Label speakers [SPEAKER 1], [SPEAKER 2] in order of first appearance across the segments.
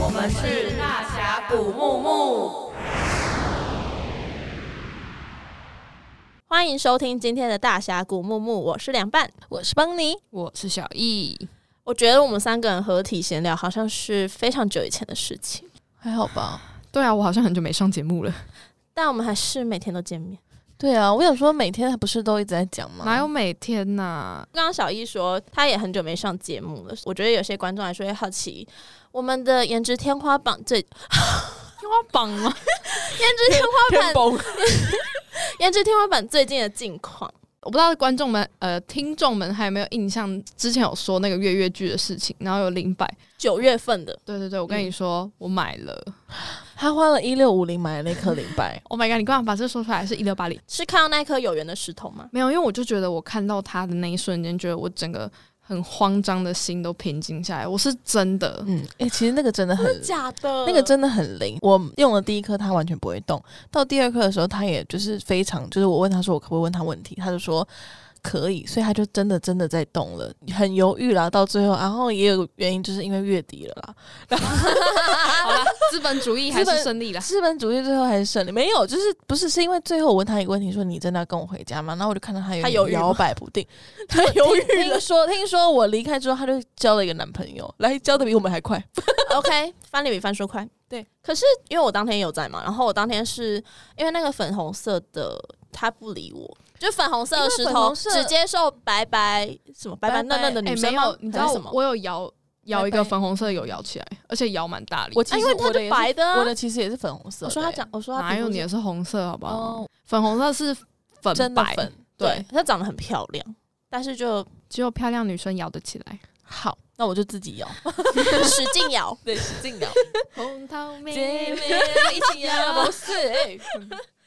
[SPEAKER 1] 我们是大峡谷木木。欢迎收听今天的大峡谷木木，我是凉拌，
[SPEAKER 2] 我是邦尼。
[SPEAKER 3] 我是小易，
[SPEAKER 1] 我觉得我们三个人合体闲聊好像是非常久以前的事情，
[SPEAKER 2] 还好吧？
[SPEAKER 3] 对啊，我好像很久没上节目了，
[SPEAKER 1] 但我们还是每天都见面。
[SPEAKER 2] 对啊，我想说每天不是都一直在讲吗？
[SPEAKER 3] 哪有每天呐、
[SPEAKER 1] 刚刚小易说他也很久没上节目了，我觉得有些观众来说会好奇，我们的颜值天花板最
[SPEAKER 3] 天花板吗？
[SPEAKER 1] 颜值天花板
[SPEAKER 2] 崩？
[SPEAKER 1] 颜值天花板最近的近况，
[SPEAKER 3] 我不知道观众们、呃，听众们还有没有印象？之前有说那个月月剧的事情，然后有零百。
[SPEAKER 1] 九月份的
[SPEAKER 3] 对对对，我跟你说，我买了。，
[SPEAKER 2] 他花了一六五零买了那颗零白
[SPEAKER 3] Oh my god！你干嘛把这说出来？是一六八零？
[SPEAKER 1] 是看到那颗有缘的石头吗？
[SPEAKER 3] 没有，因为我就觉得我看到他的那一瞬间，觉得我整个很慌张的心都平静下来。我是真的，
[SPEAKER 2] 嗯，哎、其实那个真的很，
[SPEAKER 1] 假的
[SPEAKER 2] 那个真的很灵。我用了第一颗，它完全不会动，到第二颗的时候，它也就是非常，就是我问他说我可不可以问他问题，他就说。可以，所以他就真的真的在动了，很犹豫啦，到最后，然后也有原因，就是因为月底了啦，
[SPEAKER 3] 好啦，资本主义还是胜利了。
[SPEAKER 2] 资本主义最后还是胜利，没有，就是不是是因为最后我问他一个问题，说你真的要跟我回家吗？然后我就看到他有
[SPEAKER 1] 他
[SPEAKER 2] 点
[SPEAKER 1] 犹豫吗
[SPEAKER 2] 摇摆不 定，
[SPEAKER 1] 他犹豫
[SPEAKER 2] 听
[SPEAKER 1] 了
[SPEAKER 2] 听。说听说我离开之后，他就交了一个男朋友，来交的比我们还快。
[SPEAKER 1] OK，翻脸比翻书快。
[SPEAKER 2] 对，
[SPEAKER 1] 可是因为我当天有在嘛，然后我当天是因为那个粉红色的他不理我，就粉红色的石
[SPEAKER 2] 因为粉
[SPEAKER 1] 头
[SPEAKER 2] 红色
[SPEAKER 1] 只接受白白什么白白
[SPEAKER 2] 白白
[SPEAKER 1] 嫩嫩的女
[SPEAKER 3] 哎没
[SPEAKER 1] 生吗？
[SPEAKER 3] 有，你知
[SPEAKER 1] 还
[SPEAKER 3] 道
[SPEAKER 1] 是什么？
[SPEAKER 3] 我有摇摇一
[SPEAKER 2] 拜
[SPEAKER 3] 个
[SPEAKER 2] 拜
[SPEAKER 3] 粉红色，有摇起来，而且摇蛮大力。
[SPEAKER 2] 我
[SPEAKER 1] 啊
[SPEAKER 2] 其
[SPEAKER 1] 因
[SPEAKER 2] 实
[SPEAKER 1] 为
[SPEAKER 2] 我
[SPEAKER 1] 他
[SPEAKER 2] 的也
[SPEAKER 1] 就是白的、啊，
[SPEAKER 2] 我的其实也是粉红色的、
[SPEAKER 1] 我说他
[SPEAKER 2] 欸
[SPEAKER 1] 长，我说他
[SPEAKER 3] 哪有
[SPEAKER 1] 皮肤
[SPEAKER 3] 你
[SPEAKER 1] 是
[SPEAKER 3] 的是红色，好不好？
[SPEAKER 2] 哦，
[SPEAKER 3] 粉红色是粉
[SPEAKER 2] 真的
[SPEAKER 3] 白，
[SPEAKER 2] 粉。
[SPEAKER 1] 对
[SPEAKER 3] 对，
[SPEAKER 1] 她长得很漂亮，但是就
[SPEAKER 3] 只有漂亮女生摇得起来。
[SPEAKER 2] 好，那我就自己摇，
[SPEAKER 1] 使劲咬。
[SPEAKER 2] 对，使劲摇，
[SPEAKER 3] 红桃
[SPEAKER 2] 姐
[SPEAKER 3] 妹，
[SPEAKER 2] 妹 一起摇， 不是、欸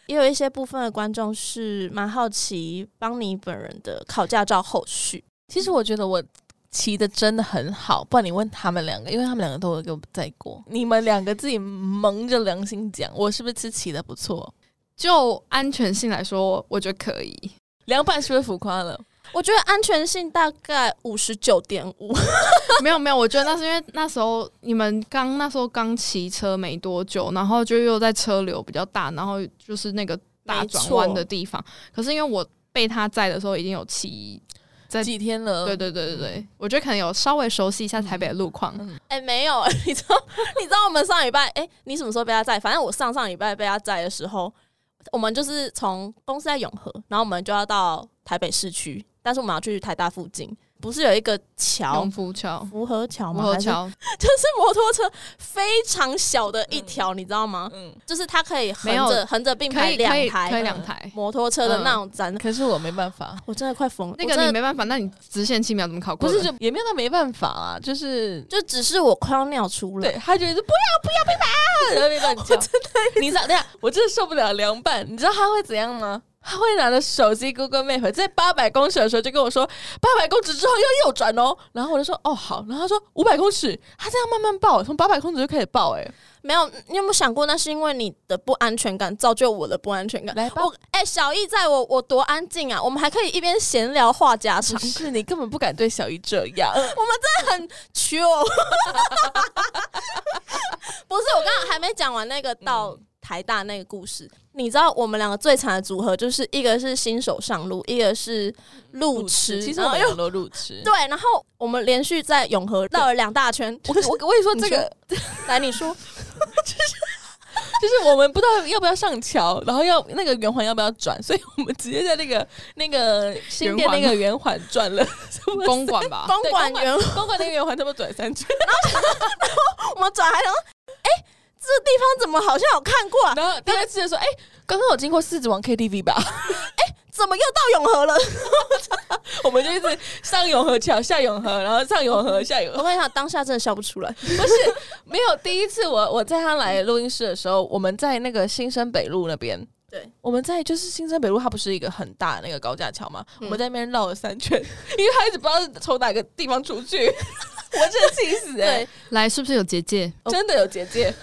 [SPEAKER 1] 也有一些部分的观众是蛮好奇邦尼本人的考驾照后续。
[SPEAKER 2] 其实我觉得我。骑的真的很好，不然你问他们两个，因为他们两个都有给我载过。你们两个自己蒙着良心讲，我是不是吃骑的不错？
[SPEAKER 3] 就安全性来说，我觉得可以。
[SPEAKER 2] 凉拌是不是浮夸了？
[SPEAKER 1] 我觉得安全性大概五十九点五，
[SPEAKER 3] 没有没有，我觉得那是因为那时候你们刚那时候刚骑车没多久，然后就又在车流比较大，然后就是那个大
[SPEAKER 1] 没
[SPEAKER 3] 转
[SPEAKER 1] 错
[SPEAKER 3] 弯的地方。可是因为我被他载的时候已经有骑，在
[SPEAKER 2] 几天了？
[SPEAKER 3] 对对对对对，我觉得可能有稍微熟悉一下台北的路况。
[SPEAKER 2] 嗯
[SPEAKER 1] 哎、没有， 你知道，你知道我们上礼拜，哎、你什么时候被他载？反正我上上礼拜被他载的时候，我们就是从公司在永和，然后我们就要到台北市区，但是我们要去台大附近，不是有一个桥
[SPEAKER 3] 农，夫桥，
[SPEAKER 1] 福和桥
[SPEAKER 3] 农
[SPEAKER 1] 吗？
[SPEAKER 3] 夫
[SPEAKER 1] 还是
[SPEAKER 3] 桥
[SPEAKER 1] 就是摩托车非常小的一条，你知道吗？
[SPEAKER 2] 嗯，
[SPEAKER 1] 就是它可以横
[SPEAKER 3] 没有
[SPEAKER 1] 着横着并
[SPEAKER 3] 可
[SPEAKER 1] 排嗯
[SPEAKER 3] 以
[SPEAKER 1] 两
[SPEAKER 3] 可以可以
[SPEAKER 1] 台
[SPEAKER 3] 两台。
[SPEAKER 1] 摩托车的那种展，
[SPEAKER 2] 可是我没办法，
[SPEAKER 1] 我真的快疯了。
[SPEAKER 3] 那
[SPEAKER 1] 我真
[SPEAKER 3] 个
[SPEAKER 1] 的
[SPEAKER 3] 你没办法，那你直线七秒怎么考过
[SPEAKER 2] 不
[SPEAKER 3] 的？
[SPEAKER 2] 是就也没有到没办法啊，就是
[SPEAKER 1] 就只是我快要尿出来
[SPEAKER 2] 对，他觉得不要不要被 打，然后被乱叫。你知道，等一下我真的受不了凉拌，你知道他会怎样吗？他会拿着手机 Google Map，在八百公尺的时候就跟我说八百公尺之后要右转哦，然后我就说哦好，然后他说五百公尺，他这样慢慢报，从八百公尺就开始报、哎，
[SPEAKER 1] 没有，你有没有想过，那是因为你的不安全感造就我的不安全感？
[SPEAKER 2] 来吧
[SPEAKER 1] 我哎、小易在我我多安静啊，我们还可以一边闲聊话家常
[SPEAKER 2] 不，是你根本不敢对小姨这 样，
[SPEAKER 1] 求。哦不是，我刚刚还没讲完那个
[SPEAKER 2] 嗯
[SPEAKER 1] 到台大那个故事。你知道我们两个最惨的组合，就是一个是新手上路，一个是路痴，
[SPEAKER 2] 其实
[SPEAKER 1] 然
[SPEAKER 2] 我
[SPEAKER 1] 后
[SPEAKER 2] 们
[SPEAKER 1] 又
[SPEAKER 2] 很多路痴。
[SPEAKER 1] 对，然后我们连续在永和绕了两大圈。
[SPEAKER 2] 我我我跟你说，这
[SPEAKER 1] 你
[SPEAKER 2] 个
[SPEAKER 1] 说来，你 说，
[SPEAKER 2] 就是我们不知道要不要上桥，然后要那个圆环要不要转，所以我们直接在那个那个新店
[SPEAKER 3] 圆
[SPEAKER 2] 那
[SPEAKER 3] 环
[SPEAKER 2] 个圆环转了什么
[SPEAKER 3] 公馆吧？
[SPEAKER 1] 公馆圆，
[SPEAKER 2] 公馆那个圆环，他们转三圈，
[SPEAKER 1] 我们转还想说，哎、这地方怎么好像有看过啊？
[SPEAKER 2] 然后第二次就说：“哎、刚刚有经过狮子王 KTV 吧
[SPEAKER 1] 怎么又到永和了？？”
[SPEAKER 2] 我们就一直上永和桥，下永和，然后上永和，下永和。
[SPEAKER 1] 我跟你讲，当下真的笑不出来。
[SPEAKER 2] 不是没有第一次我我在他来录音室的时候，我们在那个新生北路那边。
[SPEAKER 1] 对，
[SPEAKER 2] 我们在就是新生北路，它不是一个很大的那个高架桥嘛？
[SPEAKER 1] 嗯
[SPEAKER 2] 我们在那边绕了三圈， 因为他一直不知道是从哪个地方 出去，我真的气死哎、
[SPEAKER 1] 对，
[SPEAKER 3] 来，是不是有结界？
[SPEAKER 2] 真的有结界，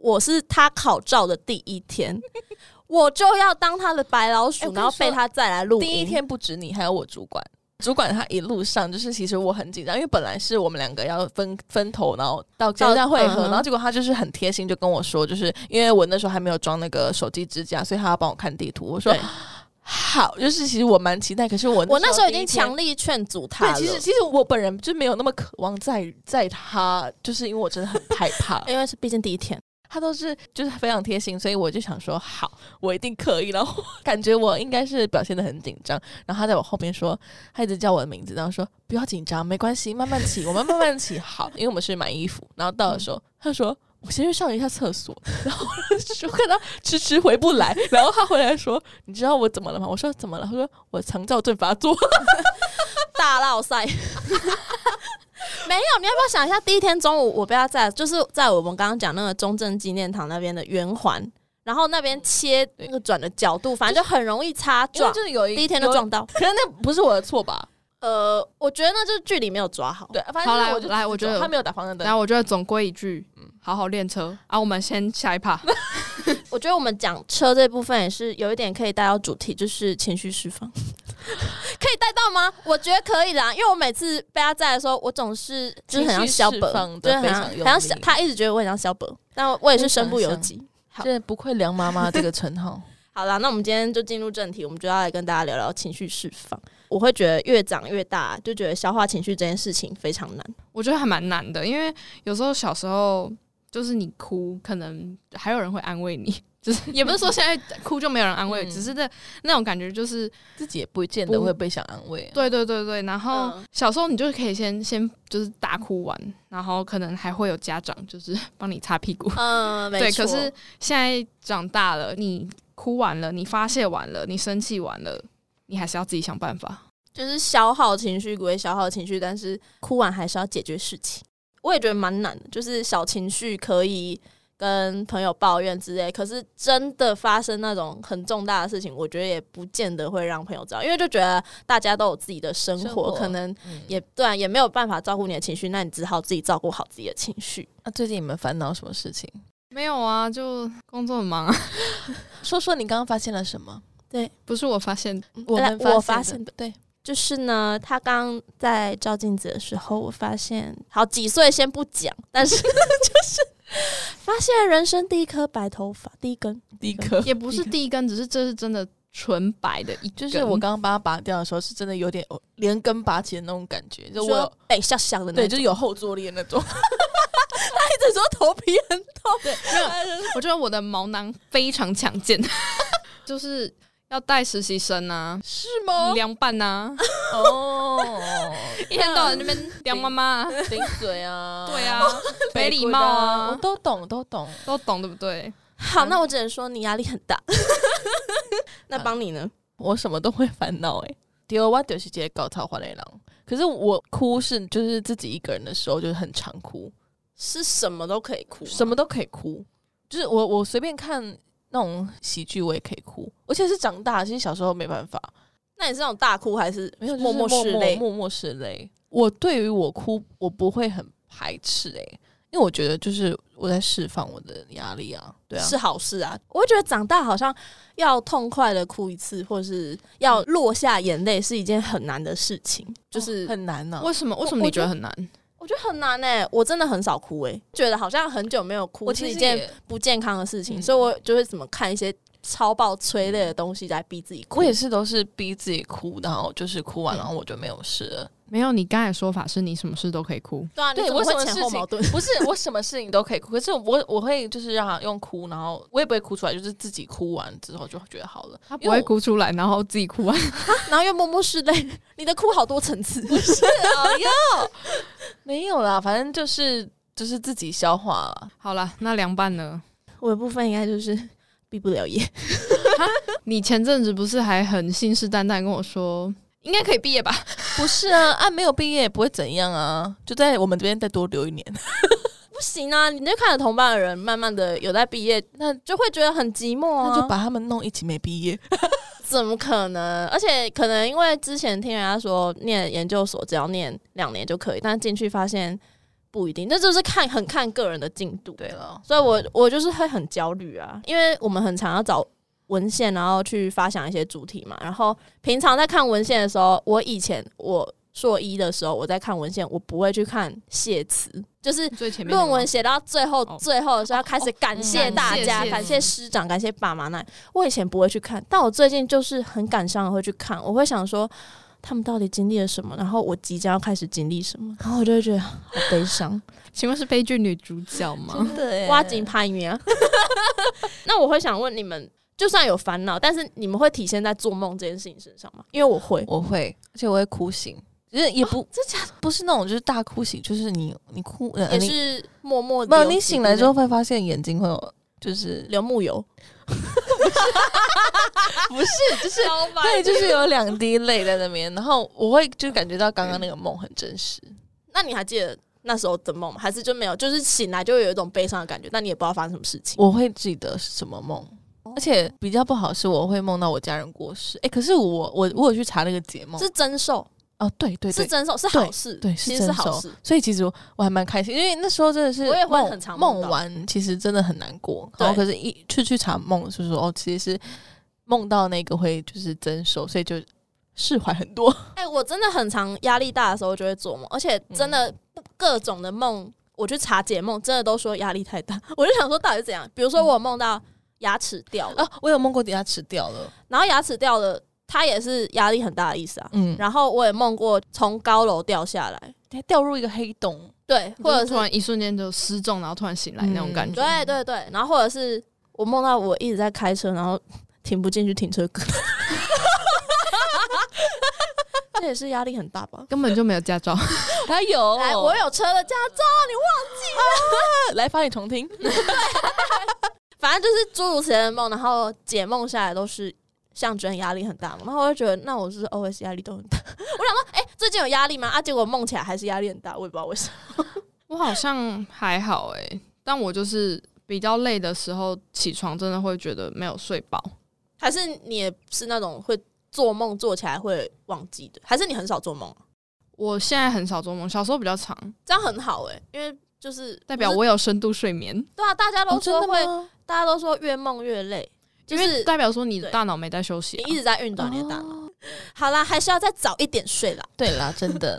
[SPEAKER 1] 我是他考照的第一天， 我就要当他的白老
[SPEAKER 2] 哎
[SPEAKER 1] 鼠，
[SPEAKER 2] 我跟你
[SPEAKER 1] 哎然后被他再来录音。
[SPEAKER 2] 第一天不止你，还有我主管，主管他一路上就是，其实我很紧张，因为本来是我们两个要分分头，然后到街上会
[SPEAKER 1] 嗯
[SPEAKER 2] 合，
[SPEAKER 1] 哼
[SPEAKER 2] 然后结果他就是很贴心，就跟我说，就是因为我那时候还没有装那个手机支架，所以他要帮我看地图。我说
[SPEAKER 1] 对
[SPEAKER 2] 好，就是其实我蛮期待，可是我
[SPEAKER 1] 我那时候已
[SPEAKER 2] 第
[SPEAKER 1] 经
[SPEAKER 2] 一天
[SPEAKER 1] 强力劝阻他
[SPEAKER 2] 对，
[SPEAKER 1] 了，，
[SPEAKER 2] 其实其实我本人就没有那么渴望在在他，就是因为我真的很害怕
[SPEAKER 1] 因为是毕竟第一天，
[SPEAKER 2] 他都是就是非常贴心，所以我就想说好，我一定可以。然后感觉我应该是表现的很紧张，然后他在我后面说，他一直叫我的名字，然后说不要紧张，没关系，慢慢起，我们慢慢起。好，因为我们是买衣服，然后到的时候，他说。我先去上一下厕所，然后我就看他迟迟回不来，然后他回来说：“你知道我怎么了吗？”我说：“怎么了？”他说：“我肠燥症发作。
[SPEAKER 1] 大闹赛。 没有，你要不要想一下？第一天中午我被他在，就是在我们刚刚讲那个中正纪念堂那边的圆环，然后那边切那个转的角度，反正就很容易擦”
[SPEAKER 2] 因为
[SPEAKER 1] 撞。
[SPEAKER 2] 就是有一
[SPEAKER 1] 第一天就
[SPEAKER 2] 有
[SPEAKER 1] 撞到，
[SPEAKER 2] 可是那不是我的错吧？
[SPEAKER 1] 呃，我觉得那就是距离没有抓好。
[SPEAKER 2] 对，啊反
[SPEAKER 3] 好
[SPEAKER 2] 正
[SPEAKER 3] 来
[SPEAKER 2] 我就
[SPEAKER 3] 来我觉得
[SPEAKER 2] 他没有打方向灯
[SPEAKER 3] 然，后我觉得总归一句，好好练车啊！我们先下一趴，
[SPEAKER 1] 我觉得我们讲车这部分也是有一点可以带到主题，就是情绪释放， 可以带到吗？我觉得可以啦，因为我每次被他在的时候，我总是就是很像小
[SPEAKER 2] 情绪
[SPEAKER 1] 本
[SPEAKER 2] 释放，
[SPEAKER 1] 就
[SPEAKER 2] 得
[SPEAKER 1] 是很
[SPEAKER 2] 非
[SPEAKER 1] 像
[SPEAKER 2] 常用力嗯
[SPEAKER 1] 很像小他一直觉得我很像小本，但我也是身不由己。好
[SPEAKER 2] 真的不愧梁妈妈这个称号。
[SPEAKER 1] 好啦，那我们今天就进入正题，我们就要来跟大家聊聊情绪释放。我会觉得越长越大，就觉得消化情绪这件事情非常难。
[SPEAKER 3] 我觉得还蛮难的，因为有时候小时候就是你哭，可能还有人会安慰你。就是也不 是说现在哭就没有人安慰，
[SPEAKER 2] 嗯
[SPEAKER 3] 只是那那种感觉就是
[SPEAKER 2] 自己也不见得
[SPEAKER 3] 不
[SPEAKER 2] 会被想安慰、啊，
[SPEAKER 3] 对对对对，然后
[SPEAKER 1] 嗯
[SPEAKER 3] 小时候你就可以先先就是大哭完，然后可能还会有家长就是帮你擦屁股。
[SPEAKER 1] 嗯，没
[SPEAKER 3] 对，
[SPEAKER 1] 错。
[SPEAKER 3] 可是现在长大了，你哭完了，你发泄完了，你生气完了，你还是要自己想办法。
[SPEAKER 1] 就是消耗情绪归消耗情绪，但是哭完还是要解决事情。我也觉得蛮难的，就是小情绪可以跟朋友抱怨之类，可是真的发生那种很重大的事情，我觉得也不见得会让朋友知道，因为就觉得大家都有自己的生活，
[SPEAKER 2] 生活
[SPEAKER 1] 可能
[SPEAKER 2] 嗯
[SPEAKER 1] 也对、啊，也没有办法照顾你的情绪，那你只好自己照顾好自己的情绪。
[SPEAKER 2] 那、最近你们烦恼什么事情？
[SPEAKER 3] 没有啊，就工作很忙啊，
[SPEAKER 2] 说说你刚刚发现了什么？
[SPEAKER 3] 不是我发现的，
[SPEAKER 2] 嗯我们
[SPEAKER 1] 我
[SPEAKER 2] 发
[SPEAKER 1] 发
[SPEAKER 2] 现
[SPEAKER 1] 现
[SPEAKER 2] 的，对，
[SPEAKER 1] 就是呢，他刚在照镜子的时候，我发现，好几岁先不讲，但是 就是发现人生第一颗白头发，第一根，
[SPEAKER 2] 第一颗
[SPEAKER 3] 也不 是第一根，只是这是真的纯白的一
[SPEAKER 2] 就
[SPEAKER 3] 根，
[SPEAKER 2] 是我刚刚把它拔掉的时候，是真的有点哦连根拔起的那种感觉，就
[SPEAKER 1] 就
[SPEAKER 2] 我有
[SPEAKER 1] 说哎、笑笑的那
[SPEAKER 2] 对，
[SPEAKER 1] 种，
[SPEAKER 2] 就是有后坐力的那 种。
[SPEAKER 1] 一直说头皮很 痛，
[SPEAKER 3] 没有，我觉得我的毛囊非常强健， 就是要带实习生啊。
[SPEAKER 2] 是吗？
[SPEAKER 3] 凉拌 呐、啊，
[SPEAKER 2] 哦，
[SPEAKER 3] 一天到晚那 边凉妈妈啊，
[SPEAKER 2] 顶嘴啊，
[SPEAKER 3] 对啊， 没
[SPEAKER 2] 北
[SPEAKER 3] 礼
[SPEAKER 2] 国
[SPEAKER 3] 貌
[SPEAKER 2] 的
[SPEAKER 3] 啊
[SPEAKER 2] 我都懂，都懂。
[SPEAKER 3] 都懂对不对？
[SPEAKER 1] 好，那我只能说你压力很大。 那帮你呢？
[SPEAKER 2] 我什么都会烦恼欸诶。第哦二，我就是直接搞超花内狼。可是我哭是就是自己一个人的时候，就是很常哭，
[SPEAKER 1] 是什么都可以哭吗，
[SPEAKER 2] 什么都可以哭。就是我我随便看那种喜剧，我也可以哭，而且是长大。其实小时候没办法，
[SPEAKER 1] 那你是那种大哭还是
[SPEAKER 2] 没有就是
[SPEAKER 1] 默默
[SPEAKER 2] 默
[SPEAKER 1] 拭泪？
[SPEAKER 2] 默默拭泪。我对于我哭，我不会很排斥诶、因为我觉得就是我在释放我的压力啊，对啊，
[SPEAKER 1] 是好事啊！我会觉得长大好像要痛快的哭一次，或者是要
[SPEAKER 2] 嗯
[SPEAKER 1] 落下眼泪，是一件很难的事情。就是、
[SPEAKER 2] 很难啊呢、
[SPEAKER 3] 为什么？为什么
[SPEAKER 1] 我
[SPEAKER 3] 你觉得很难？
[SPEAKER 1] 我觉得很难哎、我真的很少哭哎、觉得好像很久没有哭
[SPEAKER 2] 我
[SPEAKER 1] 是
[SPEAKER 2] 其
[SPEAKER 1] 一
[SPEAKER 2] 实
[SPEAKER 1] 件
[SPEAKER 2] 也
[SPEAKER 1] 不健康的事情，
[SPEAKER 2] 嗯
[SPEAKER 1] 所以我就会怎么看一些超爆催泪的东西来逼自己哭。
[SPEAKER 2] 我也是都是逼自己哭，然后就是哭完，然后我就没有事了。
[SPEAKER 3] 没有，你刚才说法是你什么事都可以哭，
[SPEAKER 1] 对啊，
[SPEAKER 2] 对
[SPEAKER 1] 你怎
[SPEAKER 2] 我
[SPEAKER 1] 么
[SPEAKER 2] 什么
[SPEAKER 1] 会前
[SPEAKER 2] 事
[SPEAKER 1] 后
[SPEAKER 2] 情
[SPEAKER 1] 矛盾？
[SPEAKER 2] 不是我什么事情都可以哭，可是我我会就是让他用哭，然后我也不会哭出来，就是自己哭完之后就觉得好了。
[SPEAKER 3] 他不
[SPEAKER 2] 因为
[SPEAKER 3] 会
[SPEAKER 2] 我
[SPEAKER 3] 哭出来，然后自己哭完。啊
[SPEAKER 1] 然后又默默拭泪，你的哭好多层次。
[SPEAKER 2] 哎没有啦，反正就是就是自己消化啦。
[SPEAKER 3] 好了，那凉拌呢？
[SPEAKER 1] 我的部分应该就是毕不了业，
[SPEAKER 3] 你前阵子不是还很信誓旦旦跟我说，应该可以毕业吧？
[SPEAKER 2] 不是啊，啊没有毕业也不会怎样啊，就在我们这边再多留一年。
[SPEAKER 1] 不行啊！你就看着同班的人慢慢的有在毕业，那就会觉得很寂寞啊。
[SPEAKER 2] 那就把他们弄一起没毕业，
[SPEAKER 1] 怎么可能？而且可能因为之前听人家说念研究所只要念两年就可以，但进去发现不一定，那就是看很看个人的进度。
[SPEAKER 2] 对了，
[SPEAKER 1] 所以我我就是会很焦虑啊，因为我们很常要找文献，然后去发想一些主题嘛。然后平常在看文献的时候，我以前我硕一的时候，我在看文献，我不会去看谢词，就是
[SPEAKER 3] 最前面那个
[SPEAKER 1] 论
[SPEAKER 3] 吗
[SPEAKER 1] 文写到最后、
[SPEAKER 3] 哦
[SPEAKER 1] 最后的时候，要开始感谢大家，
[SPEAKER 3] 嗯感谢
[SPEAKER 1] 感谢师长，感谢爸妈那里。我以前不会去看，但我最近就是很感伤的会去看，我会想说。他们到底经历了什么？然后我即将要开始经历什么？然后我就会觉得好悲伤。
[SPEAKER 3] 请问是悲剧女主角 吗？
[SPEAKER 2] 对
[SPEAKER 1] 嗯挖井拍鱼啊。 那我会想问你们，就算有烦恼，但是你们会体现在做梦这件事情身上吗？因为我会，哦
[SPEAKER 2] 我会，而且我会哭醒，就是也不、这假不是那种就是大哭醒，就是你你哭呃
[SPEAKER 1] 也
[SPEAKER 2] 你
[SPEAKER 1] 是默默
[SPEAKER 2] 没
[SPEAKER 1] 的。
[SPEAKER 2] 有你醒来之后会发现眼睛会有就是
[SPEAKER 1] 流木油，
[SPEAKER 2] 不是就 是
[SPEAKER 1] 小白
[SPEAKER 2] 对，就是有两滴泪在那边，然后我会就感觉到刚刚那个梦很真实。
[SPEAKER 1] 那你还记得那时候的梦吗？还是就没有？就是醒来就会有一种悲伤的感觉，但你也不知道发生什么事情。
[SPEAKER 2] 我会记得是什么梦，而且比较不好是我会梦到我家人过世。诶，可是我我我有去查那个解梦，
[SPEAKER 1] 是增寿，
[SPEAKER 2] 哦，对对
[SPEAKER 1] 是
[SPEAKER 2] 对，
[SPEAKER 1] 增寿，是好事，
[SPEAKER 2] 对
[SPEAKER 1] 其
[SPEAKER 2] 是
[SPEAKER 1] 实是
[SPEAKER 2] 真
[SPEAKER 1] 好
[SPEAKER 2] 手
[SPEAKER 1] 事。，
[SPEAKER 2] 所以其实我我还蛮开心，因为那时候真的是
[SPEAKER 1] 我也会
[SPEAKER 2] 梦
[SPEAKER 1] 很常梦
[SPEAKER 2] 梦
[SPEAKER 1] 到
[SPEAKER 2] 完，其实真的很难过。
[SPEAKER 1] 对
[SPEAKER 2] 然后可是一去去查梦，就是说哦，其实是梦到那个会就是增收，所以就释怀很 多。
[SPEAKER 1] 哎、我真的很常压力大的时候就会做梦，而且真的
[SPEAKER 3] 嗯
[SPEAKER 1] 不各种的梦，我去查解梦，真的都说压力太大。 我就想说到底是怎样？比如说我有梦到牙齿掉了，哦
[SPEAKER 3] 嗯
[SPEAKER 2] 啊，我有梦过牙齿掉了，
[SPEAKER 1] 然后牙齿掉了，它也是压力很大的意思啊。
[SPEAKER 2] 嗯，
[SPEAKER 1] 然后我也梦过从高楼掉下来，
[SPEAKER 2] 它掉入一个黑洞，
[SPEAKER 1] 对，或者
[SPEAKER 3] 就是
[SPEAKER 1] 是
[SPEAKER 3] 突然一瞬间就失重，然后突然醒来那种感觉。
[SPEAKER 1] 对对对，然后或者是我梦到我一直在开车，然后停不进去停车格， 这也是压力很大吧？
[SPEAKER 3] 根本就没有驾照，
[SPEAKER 2] 它
[SPEAKER 3] 哦
[SPEAKER 2] 有
[SPEAKER 1] 来，我有车的驾照，你忘记了？
[SPEAKER 2] 来发你重听，
[SPEAKER 1] 反正就是诸如此类的梦，然后解梦下来都是象征压力很大嘛，然后我就觉得，那我是不是 always 压力都很大。 我想说，哎、最近有压力吗？啊，结果梦起来还是压力很大，我也不知道为什么。
[SPEAKER 3] 我好像还好诶、但我就是比较累的时候起床，真的会觉得没有睡饱。
[SPEAKER 1] 还是你也是那种会做梦做起来会忘记的，还是你很少做梦啊、
[SPEAKER 3] 我现在很少做梦，小时候比较长，
[SPEAKER 1] 这样很好哎、因为就是
[SPEAKER 3] 代表
[SPEAKER 1] 不是
[SPEAKER 3] 我有哦深度睡眠，
[SPEAKER 1] 对啊，大家都说会，
[SPEAKER 2] 哦吗？
[SPEAKER 1] 大家都说越梦越累，就
[SPEAKER 3] 因为哦
[SPEAKER 1] 是
[SPEAKER 3] 代表说你
[SPEAKER 1] 对
[SPEAKER 3] 大脑没在休息、
[SPEAKER 1] 你
[SPEAKER 3] 啊。
[SPEAKER 1] 一直在运转你的大脑。好啦，还是要再早一点睡啦。
[SPEAKER 2] 对啦，真的，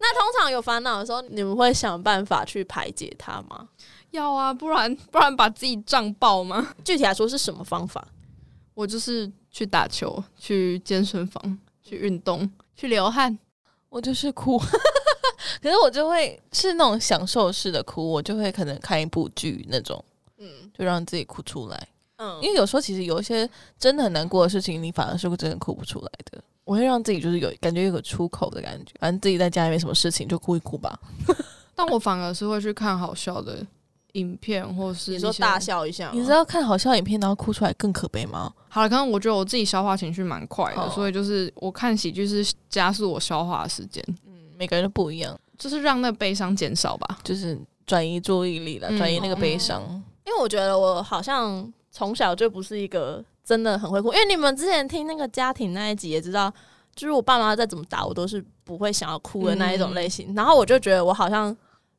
[SPEAKER 1] 那通常有烦恼的时候，你们会想办法去排解它吗？
[SPEAKER 3] 要啊，不然不然把自己胀爆吗？
[SPEAKER 1] 具体来说是什么方法？
[SPEAKER 3] 我就是去打球，去健身房，去运动，去流汗。
[SPEAKER 2] 我就是哭， 可是我就会是那种享受式的哭，我就会可能看一部剧那种，
[SPEAKER 1] 嗯
[SPEAKER 2] 就让自己哭出来。
[SPEAKER 1] 嗯，
[SPEAKER 2] 因为有时候其实有一些真的很难过的事情，你反而是真的哭不出来的。我会让自己就是有感觉有个出口的感觉，反正自己在家里面什么事情就哭一哭吧。
[SPEAKER 3] 但我反而是会去看好笑的影片，或是
[SPEAKER 1] 你说
[SPEAKER 3] 一些
[SPEAKER 1] 大。笑一下吗，
[SPEAKER 2] 你知道看好笑影片然后哭出来更可悲吗？
[SPEAKER 3] 好了，可能我觉得我自己消化情绪蛮快的，
[SPEAKER 2] 哦
[SPEAKER 3] 所以就是我看喜剧是加速我消化的时间，
[SPEAKER 2] 嗯，每个人都不一样，
[SPEAKER 3] 就是让那悲伤减少吧。
[SPEAKER 2] 就是转移注意力了，
[SPEAKER 3] 嗯
[SPEAKER 2] 转、移那
[SPEAKER 1] 哦
[SPEAKER 2] 个悲伤。
[SPEAKER 1] 因为我觉得我好像从小就不是一个真的很会哭，因为你们之前听那个家庭那一集也知道，就是我爸妈再怎么打我都是不会想要哭的那一种类
[SPEAKER 2] 嗯
[SPEAKER 1] 型。然后我就觉得我好像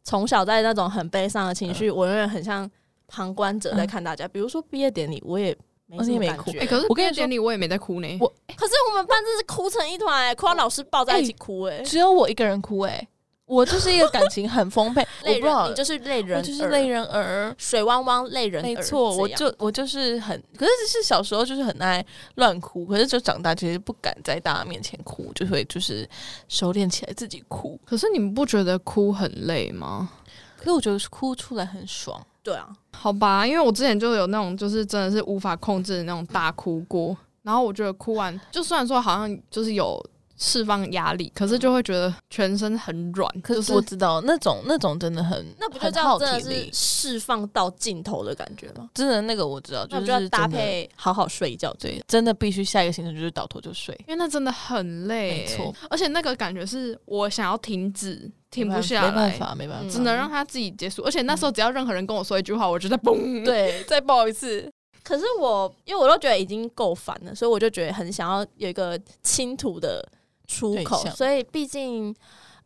[SPEAKER 1] 从小在那种很悲伤的情绪，我永远很像旁观者在看大家。比如说毕业典礼，我也没
[SPEAKER 2] 嗯哦
[SPEAKER 1] 什
[SPEAKER 2] 你
[SPEAKER 1] 么
[SPEAKER 2] 也没
[SPEAKER 1] 感
[SPEAKER 2] 哭
[SPEAKER 1] 觉。
[SPEAKER 3] 哎、可是
[SPEAKER 2] 我跟你
[SPEAKER 3] 毕业典礼我也没在哭呢。
[SPEAKER 2] 我
[SPEAKER 1] 可是我们班真是哭成一团、哎哭到老师抱在一起哭、哎、
[SPEAKER 2] 只有我一个人哭诶、哎我就是一个感情很丰 沛，我
[SPEAKER 1] 泪
[SPEAKER 2] 不知道
[SPEAKER 1] 人，你就是泪人
[SPEAKER 2] 我
[SPEAKER 1] 儿，
[SPEAKER 2] 就是泪人儿。
[SPEAKER 1] 水汪汪泪人儿，
[SPEAKER 2] 没错，我
[SPEAKER 1] 这样
[SPEAKER 2] 就我就是很，可是是小时候就是很爱乱哭，可是就长大其实不敢在大家面前哭，就会就是收敛起来自己哭。
[SPEAKER 3] 可是你们不觉得哭很累吗？
[SPEAKER 2] 可是我觉得哭出来很爽，
[SPEAKER 1] 对啊，
[SPEAKER 3] 好吧，因为我之前就有那种就是真的是无法控制的那种大哭过，然后我觉得哭完，就虽然说好像就是有释放压力，可是就会觉得全身很软，
[SPEAKER 2] 可
[SPEAKER 3] 就是
[SPEAKER 2] 是我知道那种那种真的很，
[SPEAKER 1] 那不就
[SPEAKER 2] 很
[SPEAKER 1] 叫
[SPEAKER 2] 耗
[SPEAKER 1] 真的
[SPEAKER 2] 体
[SPEAKER 1] 是
[SPEAKER 2] 力，
[SPEAKER 1] 释放到尽头的感觉吗？
[SPEAKER 2] 真的那个我知道，
[SPEAKER 1] 那
[SPEAKER 2] 就
[SPEAKER 1] 我
[SPEAKER 2] 是
[SPEAKER 1] 就要搭
[SPEAKER 2] 真的
[SPEAKER 1] 配好好睡一觉，对，
[SPEAKER 2] 对，真的必须下一个行程就是倒头就睡。
[SPEAKER 3] 因为那真的很累，
[SPEAKER 2] 没错，
[SPEAKER 3] 而且那个感觉是我想要停止，停不下
[SPEAKER 2] 没办
[SPEAKER 3] 来，
[SPEAKER 2] 法，没办法，
[SPEAKER 1] 嗯
[SPEAKER 3] 只能让它自己结束，而且那时候只要任何人跟我说一句话，我就在 嘣，，
[SPEAKER 2] 对再抱一次。
[SPEAKER 1] 可是我因为我都觉得已经够烦了，所以我就觉得很想要有一个倾吐的出口
[SPEAKER 2] 对。象
[SPEAKER 1] 所以毕竟，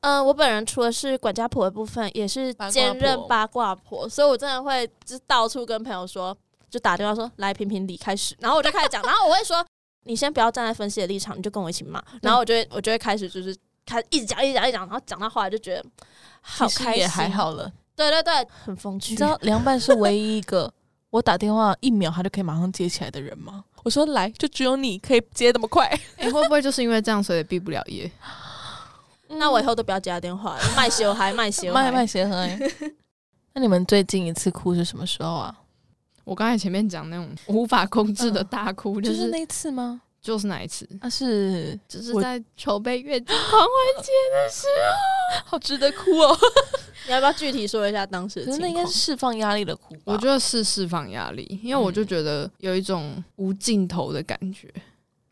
[SPEAKER 1] 呃，我本人除了是管家婆的部分，也是
[SPEAKER 2] 八卦
[SPEAKER 1] 兼任
[SPEAKER 2] 婆
[SPEAKER 1] 八卦婆，所以我真的会就是到处跟朋友说。就打电话说来评评理开始，然后我就开始讲，然后我会说你先不要站在分析的立场，你就跟我一起骂，
[SPEAKER 2] 嗯
[SPEAKER 1] 然后我就会我就会开始就是开一直讲一直讲一直讲，然后讲到后来就觉得好
[SPEAKER 2] 其
[SPEAKER 1] 开
[SPEAKER 2] 实
[SPEAKER 1] 心，
[SPEAKER 2] 也还，好了。
[SPEAKER 1] 对对对，很风趣，
[SPEAKER 2] 你知道凉拌是唯一一个我打电话一秒他就可以马上接起来的人吗？我说来，就只有你可以接那么快。
[SPEAKER 3] 哎、会不会就是因为这样，所以毕不了业？
[SPEAKER 1] 那我以后都不要接他电话了，卖修还卖修，
[SPEAKER 2] 卖卖 鞋很爱。那你们最近一次哭是什么时候啊？
[SPEAKER 3] 我刚才前面讲那种无法控制的大哭， 就、
[SPEAKER 2] 就是是那一次吗？
[SPEAKER 3] 就是那一次，
[SPEAKER 2] 啊， 是
[SPEAKER 3] 就是
[SPEAKER 2] 我
[SPEAKER 3] 在筹备月经狂欢节的时候，
[SPEAKER 2] 好值得哭哦。
[SPEAKER 1] 你要不要具体说一下当时
[SPEAKER 2] 可
[SPEAKER 1] 的
[SPEAKER 2] 是那
[SPEAKER 1] 情
[SPEAKER 2] 应该
[SPEAKER 1] 况
[SPEAKER 2] 是？释放压力的哭吧？
[SPEAKER 3] 我觉得是释放压力，因为我就觉得有一种无尽头的感觉，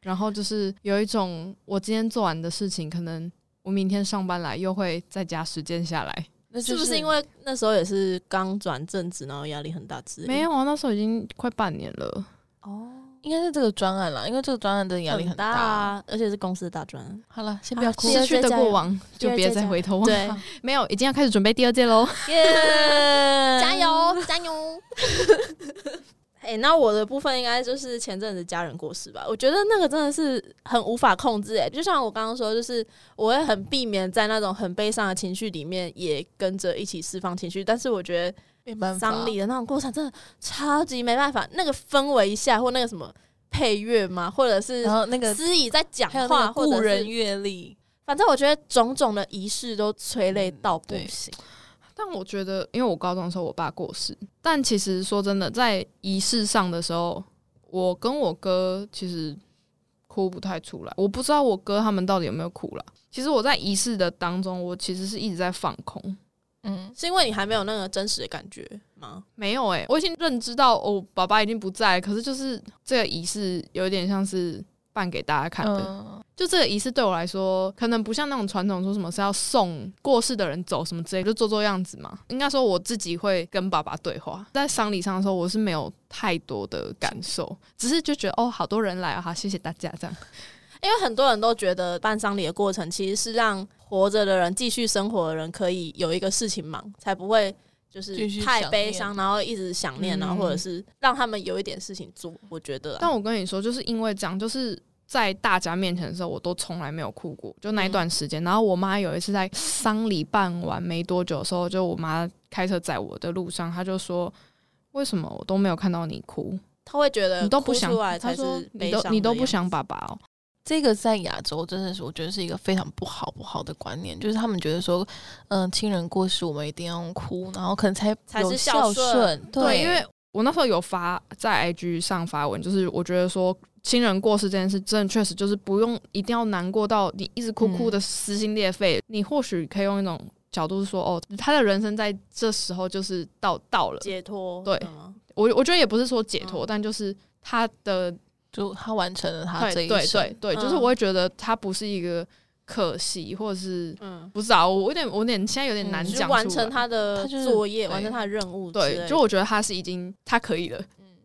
[SPEAKER 3] 然后就是有一种我今天做完的事情，可能我明天上班来又会再加时间下来。
[SPEAKER 2] 那就是
[SPEAKER 1] 不是因为那时候也是刚转正职，然后压力很大
[SPEAKER 2] 嗯
[SPEAKER 1] 之类的？
[SPEAKER 3] 没有啊，那时候已经快半年了，
[SPEAKER 1] 哦，
[SPEAKER 2] 应该是这个专案啦？因为这个专案真的压力
[SPEAKER 1] 很
[SPEAKER 2] 大。
[SPEAKER 1] 啊，而且是公司的大专。
[SPEAKER 2] 好了，先不要哭
[SPEAKER 1] 啊。第
[SPEAKER 3] 失
[SPEAKER 1] 二届
[SPEAKER 3] 去的
[SPEAKER 1] 加
[SPEAKER 3] 过
[SPEAKER 1] 油
[SPEAKER 3] 往
[SPEAKER 1] 第
[SPEAKER 3] 就
[SPEAKER 1] 二
[SPEAKER 3] 别
[SPEAKER 1] 届
[SPEAKER 3] 再
[SPEAKER 1] 加
[SPEAKER 3] 回头望。
[SPEAKER 1] 对，
[SPEAKER 3] 没有，已经要开始准备第二届喽。
[SPEAKER 2] 耶
[SPEAKER 1] 加！油，加油！哎、那我的部分应该就是前阵子家人过世吧。我觉得那个真的是很无法控制、哎，就像我刚刚说，就是我会很避免在那种很悲伤的情绪里面也跟着一起释放情绪，但是我觉
[SPEAKER 2] 没
[SPEAKER 1] 得
[SPEAKER 2] 办法，
[SPEAKER 1] 丧礼的那种过程真的超级没办法，那个氛围一下或那个什么配乐嘛，或者是
[SPEAKER 2] 然后那个
[SPEAKER 1] 司仪在讲
[SPEAKER 2] 还有那
[SPEAKER 1] 话，
[SPEAKER 2] 个
[SPEAKER 1] 或者
[SPEAKER 2] 故人
[SPEAKER 1] 是
[SPEAKER 2] 阅历，
[SPEAKER 1] 反正我觉得种种的仪式都催泪到不
[SPEAKER 2] 嗯对
[SPEAKER 1] 行。
[SPEAKER 3] 但我觉得，因为我高中的时候我爸过世，但其实说真的，在仪式上的时候，我跟我哥其实哭不太出来。我不知道我哥他们到底有没有哭了。其实我在仪式的当中，我其实是一直在放空。
[SPEAKER 2] 嗯，
[SPEAKER 1] 是因为你还没有那个真实的感觉吗？
[SPEAKER 3] 没有诶、我已经认知到哦，爸爸已经不在，可是就是这个仪式有点像是办给大家看的。
[SPEAKER 2] 嗯
[SPEAKER 3] 就这个仪式对我来说，可能不像那种传统说什么是要送过世的人走什么之类，就做做样子嘛。应该说我自己会跟爸爸对话，在丧礼上的时候，我是没有太多的感受，只是就觉得哦，好多人来啊，好谢谢大家这样。
[SPEAKER 1] 因为很多人都觉得办丧礼的过程其实是让活着的人继续生活的人可以有一个事情忙，才不会就是
[SPEAKER 2] 继续
[SPEAKER 1] 太
[SPEAKER 2] 想
[SPEAKER 1] 悲
[SPEAKER 2] 念
[SPEAKER 1] 伤，然后一直想念，
[SPEAKER 3] 嗯
[SPEAKER 1] 然后或者是让他们有一点事情做。我觉得啊、
[SPEAKER 3] 但我跟你说，就是因为这样，就是。在大家面前的时候，我都从来没有哭过，就那一段时间。然后我妈有一次在丧礼办完没多久的时候，就我妈开车载我的路上，她就说：“为什么我都没有看到你哭？
[SPEAKER 1] 他会觉得
[SPEAKER 3] 你都不
[SPEAKER 1] 哭
[SPEAKER 3] 想
[SPEAKER 1] 出来，
[SPEAKER 3] 她
[SPEAKER 1] 才
[SPEAKER 3] 说
[SPEAKER 1] 是
[SPEAKER 3] 你
[SPEAKER 1] 悲
[SPEAKER 3] 都
[SPEAKER 1] 伤
[SPEAKER 3] 你都
[SPEAKER 1] 的
[SPEAKER 3] 不
[SPEAKER 1] 样子
[SPEAKER 3] 想爸爸哦。”
[SPEAKER 2] 这个在亚洲真的是，我觉得是一个非常不好不好的观念，就是他们觉得说，嗯、亲人过世我们一定要哭，然后可能才
[SPEAKER 1] 才
[SPEAKER 2] 有
[SPEAKER 1] 是
[SPEAKER 2] 孝
[SPEAKER 1] 孝
[SPEAKER 2] 顺，
[SPEAKER 3] 对，因为我那时候有发在 IG 上发文，就是我觉得说亲人过世这件事，真的确实就是不用一定要难过到你一直
[SPEAKER 2] 嗯
[SPEAKER 3] 哭哭的撕心裂肺。你或许可以用一种角度说，哦，他的人生在这时候就是到到了。
[SPEAKER 1] 解脱，
[SPEAKER 3] 对
[SPEAKER 1] 懂吗
[SPEAKER 3] 我我觉得也不是说解脱，
[SPEAKER 1] 嗯
[SPEAKER 3] 但就是他的
[SPEAKER 2] 就他完成了他啊这
[SPEAKER 3] 对
[SPEAKER 2] 一
[SPEAKER 3] 对
[SPEAKER 2] 生，
[SPEAKER 3] 对对，就是
[SPEAKER 1] 嗯
[SPEAKER 3] 我会觉得他不是一个可惜，或者是
[SPEAKER 1] 嗯，
[SPEAKER 3] 不知道，我有点我有点现在有点
[SPEAKER 2] 嗯
[SPEAKER 3] 难
[SPEAKER 1] 就是
[SPEAKER 3] 讲出来。
[SPEAKER 1] 完成他的
[SPEAKER 2] 他就是
[SPEAKER 1] 作业，
[SPEAKER 2] 对
[SPEAKER 1] 完成他的任务之类的，
[SPEAKER 3] 对，就我觉得他是已经他可以了。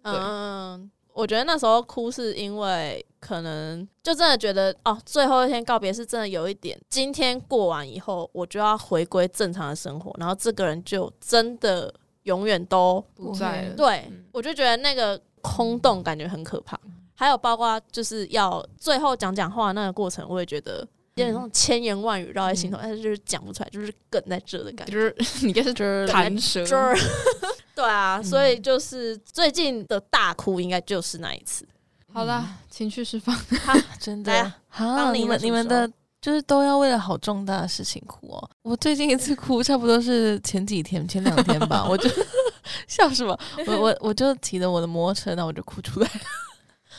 [SPEAKER 3] 对
[SPEAKER 1] 嗯，我觉得那时候哭是因为可能就真的觉得哦，最后一天告别是真的有一点，今天过完以后，我就要回归正常的生活，然后这个人就真的永远都
[SPEAKER 3] 不在了
[SPEAKER 1] 对、
[SPEAKER 3] 嗯
[SPEAKER 1] 我就觉得那个空洞感觉很可怕。还有包括就是要最后讲讲话那个过程，我也觉得有点那种千言万语绕在
[SPEAKER 3] 嗯
[SPEAKER 1] 心头，但是就是讲不出来，就是梗在这的感觉。
[SPEAKER 3] 就是 你应该是
[SPEAKER 2] 就是
[SPEAKER 3] 弹舌，
[SPEAKER 1] 就是 对啊，所以就是最近的大哭应该就是那一次。
[SPEAKER 3] 好啦，情绪释放。
[SPEAKER 2] 真
[SPEAKER 1] 来
[SPEAKER 2] 的
[SPEAKER 1] 啊
[SPEAKER 2] 啊，
[SPEAKER 1] 帮你
[SPEAKER 2] 你
[SPEAKER 1] 呢
[SPEAKER 2] 们
[SPEAKER 1] 什么
[SPEAKER 2] 你们
[SPEAKER 1] 时候
[SPEAKER 2] 的就是都要为了好重大的事情哭哦。我最近一次哭差不多是前几天，前两天吧，我就 笑什么？我我我就骑着我的摩托车，然后我就哭出来。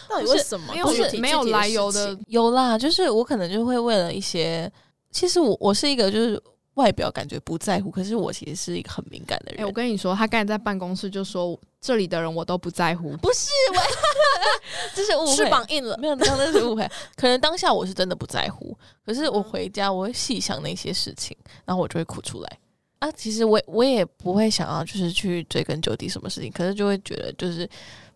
[SPEAKER 1] 到底
[SPEAKER 2] 不是
[SPEAKER 1] 为什么？
[SPEAKER 3] 没有
[SPEAKER 1] 具体
[SPEAKER 3] 没有
[SPEAKER 1] 具体
[SPEAKER 3] 来由
[SPEAKER 1] 事
[SPEAKER 3] 的
[SPEAKER 1] 情，
[SPEAKER 2] 有啦，就是我可能就会为了一些，其实我我是一个就是外表感觉不在乎，可是我其实是一个很敏感的
[SPEAKER 3] 哎、
[SPEAKER 2] 人。
[SPEAKER 3] 我跟你说，他刚才在办公室就说这里的人我都不在乎，
[SPEAKER 2] 不是 我，这是误会。
[SPEAKER 1] 翅膀硬了。
[SPEAKER 2] 没有，当真是误会。 可能当下我是真的不在乎，可是我回家我会细想那些事情，然后我就会哭出来啊。其实我也我也不会想要就是去追根究底什么事情，可是就会觉得就是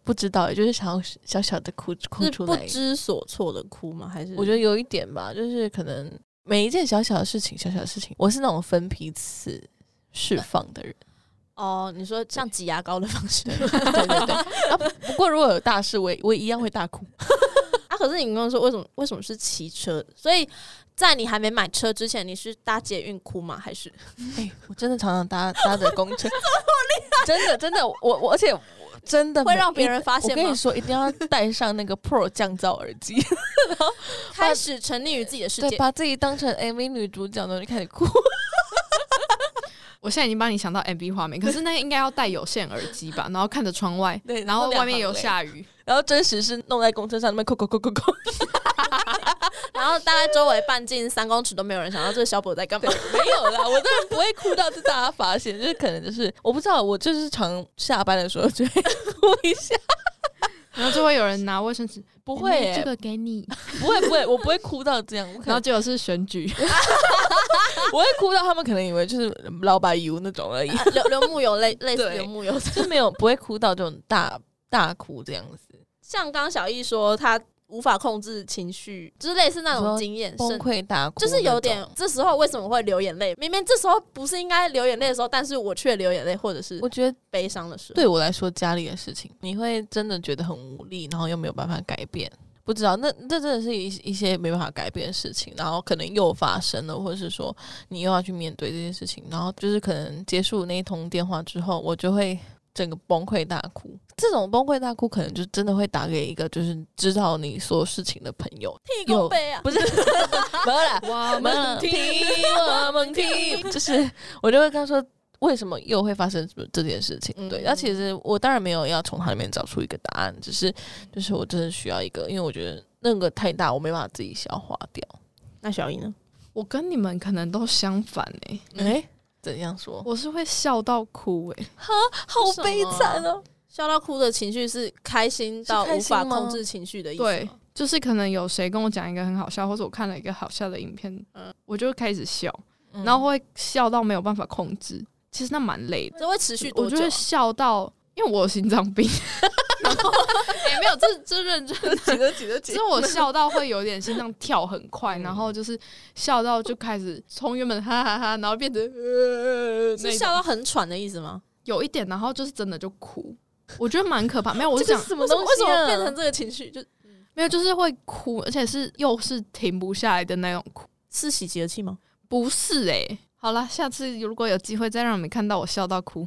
[SPEAKER 2] 不知道，也就是想要小小的哭哭
[SPEAKER 1] 是
[SPEAKER 2] 出
[SPEAKER 1] 不
[SPEAKER 2] 来。
[SPEAKER 1] 知所措的哭吗？还是
[SPEAKER 2] 我觉得有一点吧，就是可能每一件小小的事情，小小的事情，我是那种分批次释放的人。
[SPEAKER 1] 哦，你说像挤牙膏的方式
[SPEAKER 2] 对对对。啊，不过如果有大事，我也我也一样会大哭。
[SPEAKER 1] 啊？可是你刚刚说为什么为什么是骑车？所以在你还没买车之前，你是搭捷运哭吗？还是
[SPEAKER 2] 哎、我真的常常搭搭着公 车，真的真的，我我而且我真的
[SPEAKER 1] 会
[SPEAKER 2] 每
[SPEAKER 1] 让别
[SPEAKER 2] 一
[SPEAKER 1] 人发
[SPEAKER 2] 我
[SPEAKER 1] 现
[SPEAKER 2] 跟
[SPEAKER 1] 吗
[SPEAKER 2] 你？说，一定要戴上那个 Pro 降噪耳 机，
[SPEAKER 1] 开始沉溺于自己的世
[SPEAKER 2] 对，
[SPEAKER 1] 界，
[SPEAKER 2] 把自己当成 MV 女主角呢，就开始哭。
[SPEAKER 3] 我现在已经帮你想到 MV 画面，可是那个应该要戴有线耳机吧，然后看着窗外，
[SPEAKER 2] 对
[SPEAKER 3] 然后
[SPEAKER 2] 然后
[SPEAKER 3] 外面有下雨，
[SPEAKER 2] 然后真实是弄在公车上面扣扣扣扣扣，
[SPEAKER 1] 然后大概周围半径三公尺都没有人想到这个小宝在干嘛
[SPEAKER 2] 对。， 没有啦，我当然不会哭到是大家发现，就是可能就是我不知道，我就是常下班的时候就会 哭一下，
[SPEAKER 3] 然后就会有人拿卫生纸，
[SPEAKER 2] 不会、
[SPEAKER 3] 妹妹
[SPEAKER 2] 欸，
[SPEAKER 3] 这个给你，
[SPEAKER 2] 不会不会，我不会哭到这样，我可
[SPEAKER 3] 然
[SPEAKER 2] 能
[SPEAKER 3] 后结果是选举，
[SPEAKER 2] 我会哭到他们可能以为就是老板油那种而已，
[SPEAKER 1] 啊 流流木有类类似
[SPEAKER 2] 对
[SPEAKER 1] 流木有，
[SPEAKER 2] 就没有不会哭到这种大大哭这样子，
[SPEAKER 1] 像刚刚小易说他无法控制情绪，就是类似那
[SPEAKER 2] 你
[SPEAKER 1] 种
[SPEAKER 2] 说
[SPEAKER 1] 经验，
[SPEAKER 2] 崩
[SPEAKER 1] 是
[SPEAKER 2] 溃大哭，
[SPEAKER 1] 就是有点。这时候为什么会流眼泪？明明这时候不是应该流眼泪的时候，但是我却流眼泪，或者是
[SPEAKER 2] 我觉得
[SPEAKER 1] 悲伤的时候。
[SPEAKER 2] 对我来说，家里的事情，你会真的觉得很无力，然后又没有办法改变。不知道，那那真的是一一些没办法改变的事情，然后可能又发生了，或者是说你又要去面对这些事情，然后就是可能结束那一通电话之后，我就会整个崩溃大哭。这种崩溃大哭，可能就真的会打给一个就是知道你所有事情的朋友，
[SPEAKER 1] 屁股背啊，
[SPEAKER 2] 不是没有啦，
[SPEAKER 3] 哇
[SPEAKER 2] 我们听，我们听，就是我就会跟他说，为什么又会发生这件事情？
[SPEAKER 1] 嗯
[SPEAKER 2] 对，那其实我当然没有要从他里面找出一个答案，只是就是我真的需要一个，因为我觉得那个太大，我没办法自己消化掉。
[SPEAKER 1] 那小易呢？
[SPEAKER 3] 我跟你们可能都相反哎、
[SPEAKER 2] 哎、怎样说？
[SPEAKER 3] 我是会笑到哭哎、
[SPEAKER 1] 好
[SPEAKER 2] 好悲惨哦！
[SPEAKER 1] 啊笑到哭的情绪是开心到
[SPEAKER 2] 是开
[SPEAKER 1] 无
[SPEAKER 2] 心
[SPEAKER 1] 法
[SPEAKER 2] 吗
[SPEAKER 1] 控制情绪的意思吗。
[SPEAKER 3] 对，就是可能有谁跟我讲一个很好笑，或者我看了一个好笑的影片，
[SPEAKER 1] 嗯
[SPEAKER 3] 我就会开始笑，
[SPEAKER 2] 嗯
[SPEAKER 3] 然后会笑到没有办法控制，其实那蛮累的，
[SPEAKER 1] 这会持续
[SPEAKER 3] 我
[SPEAKER 1] 多
[SPEAKER 3] 就
[SPEAKER 1] 久
[SPEAKER 3] 会
[SPEAKER 1] 啊？
[SPEAKER 3] 笑到，因为我有心脏 病，也、哎没有，这这认 真。
[SPEAKER 2] 几个几个
[SPEAKER 3] 只
[SPEAKER 2] 几
[SPEAKER 3] 是我笑到会有点心脏跳很
[SPEAKER 1] 嗯
[SPEAKER 3] 快，然后就是笑到就开始从原本哈哈哈，然后变成呃
[SPEAKER 1] 是
[SPEAKER 3] 那
[SPEAKER 1] 笑
[SPEAKER 3] 种
[SPEAKER 1] 到很喘的意思吗？
[SPEAKER 3] 有一点，然后就是真的就哭，我觉得蛮可怕。没有，我
[SPEAKER 1] 这
[SPEAKER 3] 是
[SPEAKER 1] 个
[SPEAKER 3] 讲
[SPEAKER 1] 是什么
[SPEAKER 2] 为什
[SPEAKER 1] 东
[SPEAKER 2] 么
[SPEAKER 1] 西？啊为什么
[SPEAKER 2] 啊为什么
[SPEAKER 1] 变
[SPEAKER 2] 变
[SPEAKER 1] 成
[SPEAKER 2] 成
[SPEAKER 1] 这个情绪？就
[SPEAKER 3] 没有，就是会哭，而且是又是停不下来的那种哭。
[SPEAKER 1] 是喜极而泣吗？
[SPEAKER 3] 不是诶、好啦，下次如果有机会再让你们看到我笑到哭，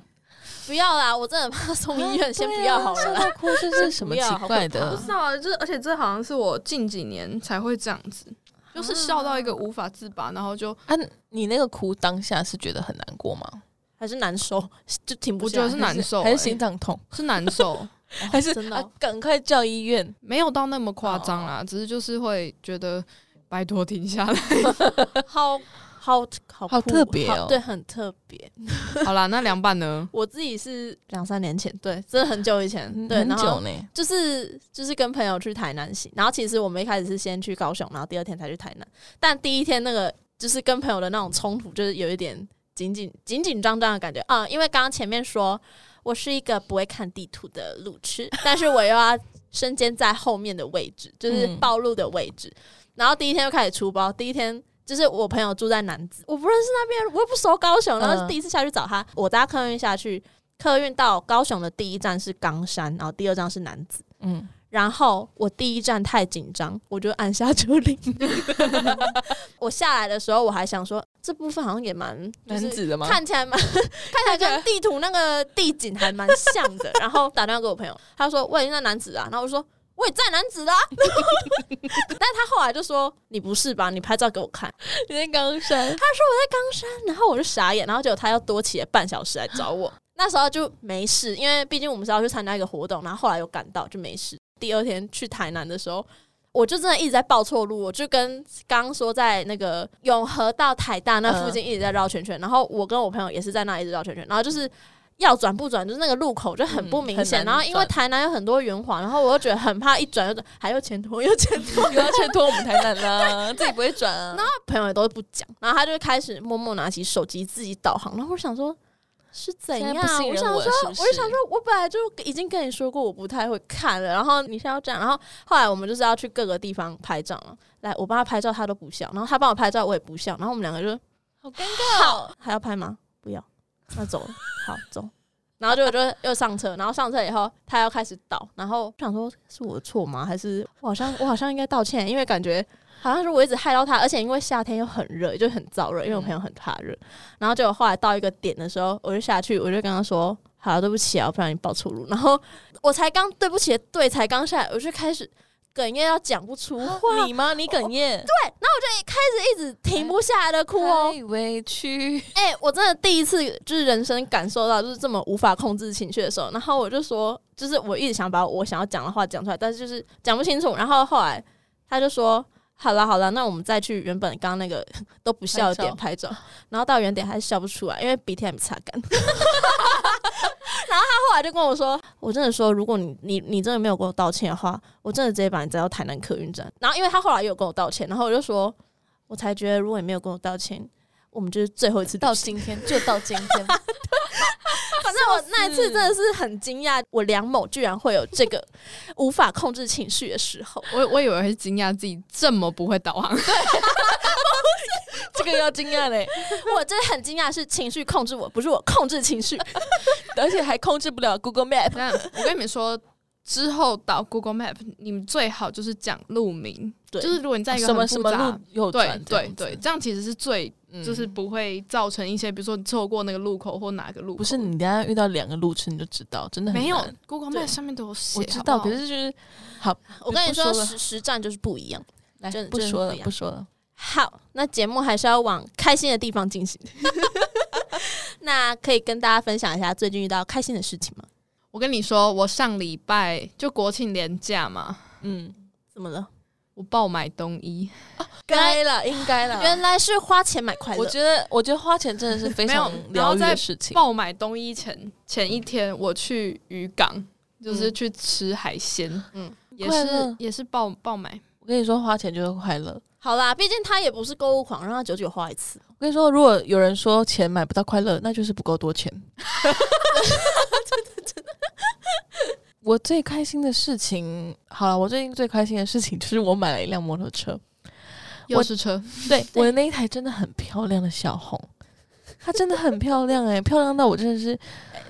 [SPEAKER 1] 不要啦，我真的很怕送医 院，先不要好了
[SPEAKER 2] 笑
[SPEAKER 1] 啦。
[SPEAKER 2] 到哭，这是什么奇怪
[SPEAKER 1] 不
[SPEAKER 2] 的
[SPEAKER 1] 要？
[SPEAKER 3] 道，就是而且这好像是我近几年才会这样子，就是笑到一个无法自拔，然后就
[SPEAKER 2] 啊，你那个哭当下是觉得很难过吗？
[SPEAKER 1] 还是难受，就挺不
[SPEAKER 3] 我
[SPEAKER 1] 下
[SPEAKER 3] 觉
[SPEAKER 1] 来。
[SPEAKER 3] 得是难受、
[SPEAKER 2] 还是
[SPEAKER 3] 欸
[SPEAKER 2] 心脏痛？
[SPEAKER 3] 是难受。
[SPEAKER 2] 还 是
[SPEAKER 1] 真的哦
[SPEAKER 2] 啊赶快叫医院？
[SPEAKER 3] 没有到那么夸张啦，只是就是会觉得拜托停下来。
[SPEAKER 1] 哎好好好
[SPEAKER 2] 好
[SPEAKER 1] 酷
[SPEAKER 2] 特别
[SPEAKER 1] 好
[SPEAKER 2] 哦
[SPEAKER 1] 对，很特别。
[SPEAKER 3] 好啦，那凉拌呢？
[SPEAKER 1] 我自己是两三年前，对，真的很久以前，对，
[SPEAKER 2] 很
[SPEAKER 1] 然
[SPEAKER 2] 久
[SPEAKER 1] 后
[SPEAKER 2] 呢。
[SPEAKER 1] 就是就是跟朋友去台南行，然后其实我们一开始是先去高雄，然后第二天才去台南，但第一天那个就是跟朋友的那种冲突，就是有一点紧紧紧紧张张的感觉啊、因为刚刚前面说我是一个不会看地图的路痴，但是我又要身兼在后面的位置，就是
[SPEAKER 2] 嗯
[SPEAKER 1] 暴露的位置，然后第一天就开始出包，第一天。就是我朋友住在南子，我不认识那边，我又不熟高雄，然后
[SPEAKER 2] 嗯
[SPEAKER 1] 第一次下去找他，我搭客运下去，客运到高雄的第一站是冈山，然后第二站是南子，
[SPEAKER 2] 嗯，
[SPEAKER 1] 然后我第一站太紧张，我就按下车 铃。 我下来的时候，我还想说这部分好像也蛮
[SPEAKER 2] 男
[SPEAKER 1] 就是
[SPEAKER 2] 子的吗？
[SPEAKER 1] 看起 来蛮看起来跟地图那个地景还蛮像 的。然后打电话给我朋友，他说我已经在南子啊，然后我就说我也在南子啦、 但他后来就说你不是吧？你拍照给我看。
[SPEAKER 2] 你在冈山，
[SPEAKER 1] 然后我就傻眼，然后结果他又多起了半小时来找我。那时候就没事，因为毕竟我们是要去参加一个活动，然后后来有赶到就没事。第二天去台南的时候，我就真的一直在报错路，我就跟刚刚说在那个永和到台大那附近一直在绕圈圈，然后我跟我朋友也是在那一直绕圈圈，然后就是。要转不转，就是那个路口就很不明显。
[SPEAKER 2] 嗯很难
[SPEAKER 1] 然后因为
[SPEAKER 2] 转
[SPEAKER 1] 台南有很多圆环，然后我又觉得很怕一转又转， 还有前途又前途。
[SPEAKER 2] 又要劝托我们台南 啦，自己不会转啊。
[SPEAKER 1] 朋友都不讲，然后他就开始默默拿起手机自己导航，然后我想说。是怎样？
[SPEAKER 2] 现在不信
[SPEAKER 1] 我
[SPEAKER 2] 任
[SPEAKER 1] 想
[SPEAKER 2] 我
[SPEAKER 1] 说，
[SPEAKER 2] 了是不是
[SPEAKER 1] 就想说，我本来就已经跟你说过我不太会看了，然后你现在要这样，然后后来我们就是要去各个地方拍照嘛。来，我帮他拍照，他都不笑，然后他帮我拍照，我也不笑，然后我们两个就
[SPEAKER 2] 好尴尬、哦，
[SPEAKER 1] 还要拍吗？不要，那走了，好走。然后就就又上车，然后上车以后他要开始倒，然后我想说是我的错吗？还是我好像我好像应该道歉，因为感觉好像是我一直害到他，而且因为夏天又很热，就很燥热，因为我朋友很怕热。然后结果后来到一个点的时候，我就下去，我就跟他说：“好了，对不起啊，不然你报错路。”然后我才刚对不起的对，才刚下来，我就开始哽咽到讲不出话，
[SPEAKER 2] 你吗？你哽咽，
[SPEAKER 1] 一直停不下来的哭
[SPEAKER 3] 啊
[SPEAKER 1] 哦。
[SPEAKER 2] 太委屈，
[SPEAKER 1] 哎、我真的第一次就是人生感受到就是这么无法控制情绪的时候，然后我就说，就是我一直想把我想要讲的话讲出来，但是就是讲不清楚。然后后来他就说：“好了好了，那我们再去原本刚刚那个都不笑的点拍照。”然后到原点还是笑不出来，因为鼻涕还没擦干。 然后他后来就跟我说：“我真的说，如果你你你真的没有跟我道歉的话，我真的直接把你载到台南客运站。”然后因为他后来也有跟我道歉，然后我就说：“我才觉得如果你没有跟我道歉。”我们就是最后一次道
[SPEAKER 2] 到
[SPEAKER 1] 歉。
[SPEAKER 2] 今天就到今天，
[SPEAKER 1] 反正我那一次真的是很惊讶，我梁某居然会有这个无法控制情绪的时候。
[SPEAKER 3] 我我以为会惊讶自己这么不会导航，
[SPEAKER 2] 这个要惊讶嘞，
[SPEAKER 1] 我真的很惊讶，是情绪控制我，不是我控制情 绪。
[SPEAKER 2] 而且还控制不了 Google Map。
[SPEAKER 3] 但我跟你们说，之后导 Google Map，你们最好就是讲路名，
[SPEAKER 1] 对
[SPEAKER 3] 就是如果你在一个
[SPEAKER 2] 啊什么
[SPEAKER 3] 很
[SPEAKER 2] 什
[SPEAKER 3] 复
[SPEAKER 2] 么
[SPEAKER 3] 杂
[SPEAKER 2] 路右
[SPEAKER 3] 对
[SPEAKER 2] 转，
[SPEAKER 3] 对对，，这样其实是最、
[SPEAKER 2] 嗯
[SPEAKER 3] 就是不会造成一些，比如说你错过那个路口或哪个路口，
[SPEAKER 2] 不是你等一下遇到两个路痴你就知道，真的很
[SPEAKER 3] 没有
[SPEAKER 2] 难
[SPEAKER 3] Google Map 上面都有写，
[SPEAKER 2] 我知道，
[SPEAKER 3] 好不
[SPEAKER 2] 可
[SPEAKER 3] 好
[SPEAKER 2] 是就是
[SPEAKER 1] 我跟你
[SPEAKER 2] 不
[SPEAKER 1] 说，
[SPEAKER 2] 说了
[SPEAKER 1] 实实战就是不一样。
[SPEAKER 2] 来
[SPEAKER 1] 真的
[SPEAKER 2] 不
[SPEAKER 1] 真的
[SPEAKER 2] 说
[SPEAKER 1] 不
[SPEAKER 2] 了
[SPEAKER 1] 一，样
[SPEAKER 2] 不说了。
[SPEAKER 1] 好，那节目还是要往开心的地方进行。 那可以跟大家分享一下最近遇到开心的事情吗？
[SPEAKER 3] 我跟你说，我上礼拜就国庆连假嘛，
[SPEAKER 2] 嗯，
[SPEAKER 1] 怎么了？
[SPEAKER 3] 我爆买冬衣，
[SPEAKER 2] 该了，应该了。
[SPEAKER 1] 原来是花钱买快乐。
[SPEAKER 2] 我觉得，我觉得花钱真的是非常
[SPEAKER 3] 没有然
[SPEAKER 2] 疗
[SPEAKER 3] 后
[SPEAKER 2] 愈的
[SPEAKER 3] 再
[SPEAKER 2] 事情。
[SPEAKER 3] 爆买冬衣前前一天我去渔港，就是
[SPEAKER 2] 嗯
[SPEAKER 3] 去吃海鲜，嗯
[SPEAKER 1] 嗯，
[SPEAKER 3] 也
[SPEAKER 2] 快乐
[SPEAKER 3] 是也是爆爆买。
[SPEAKER 2] 我跟你说，花钱就是快乐。
[SPEAKER 1] 好啦，毕竟他也不是购物狂，让他久久花一次。
[SPEAKER 2] 我跟你说，如果有人说钱买不到快乐，那就是不够多钱。 我最开心的事情，好了，我最近最开心的事情就是我买了一辆摩托车。
[SPEAKER 3] 又是 车，
[SPEAKER 2] 对，我的那一台真的很漂亮的小红，它真的很漂亮哎、漂亮到我真的是，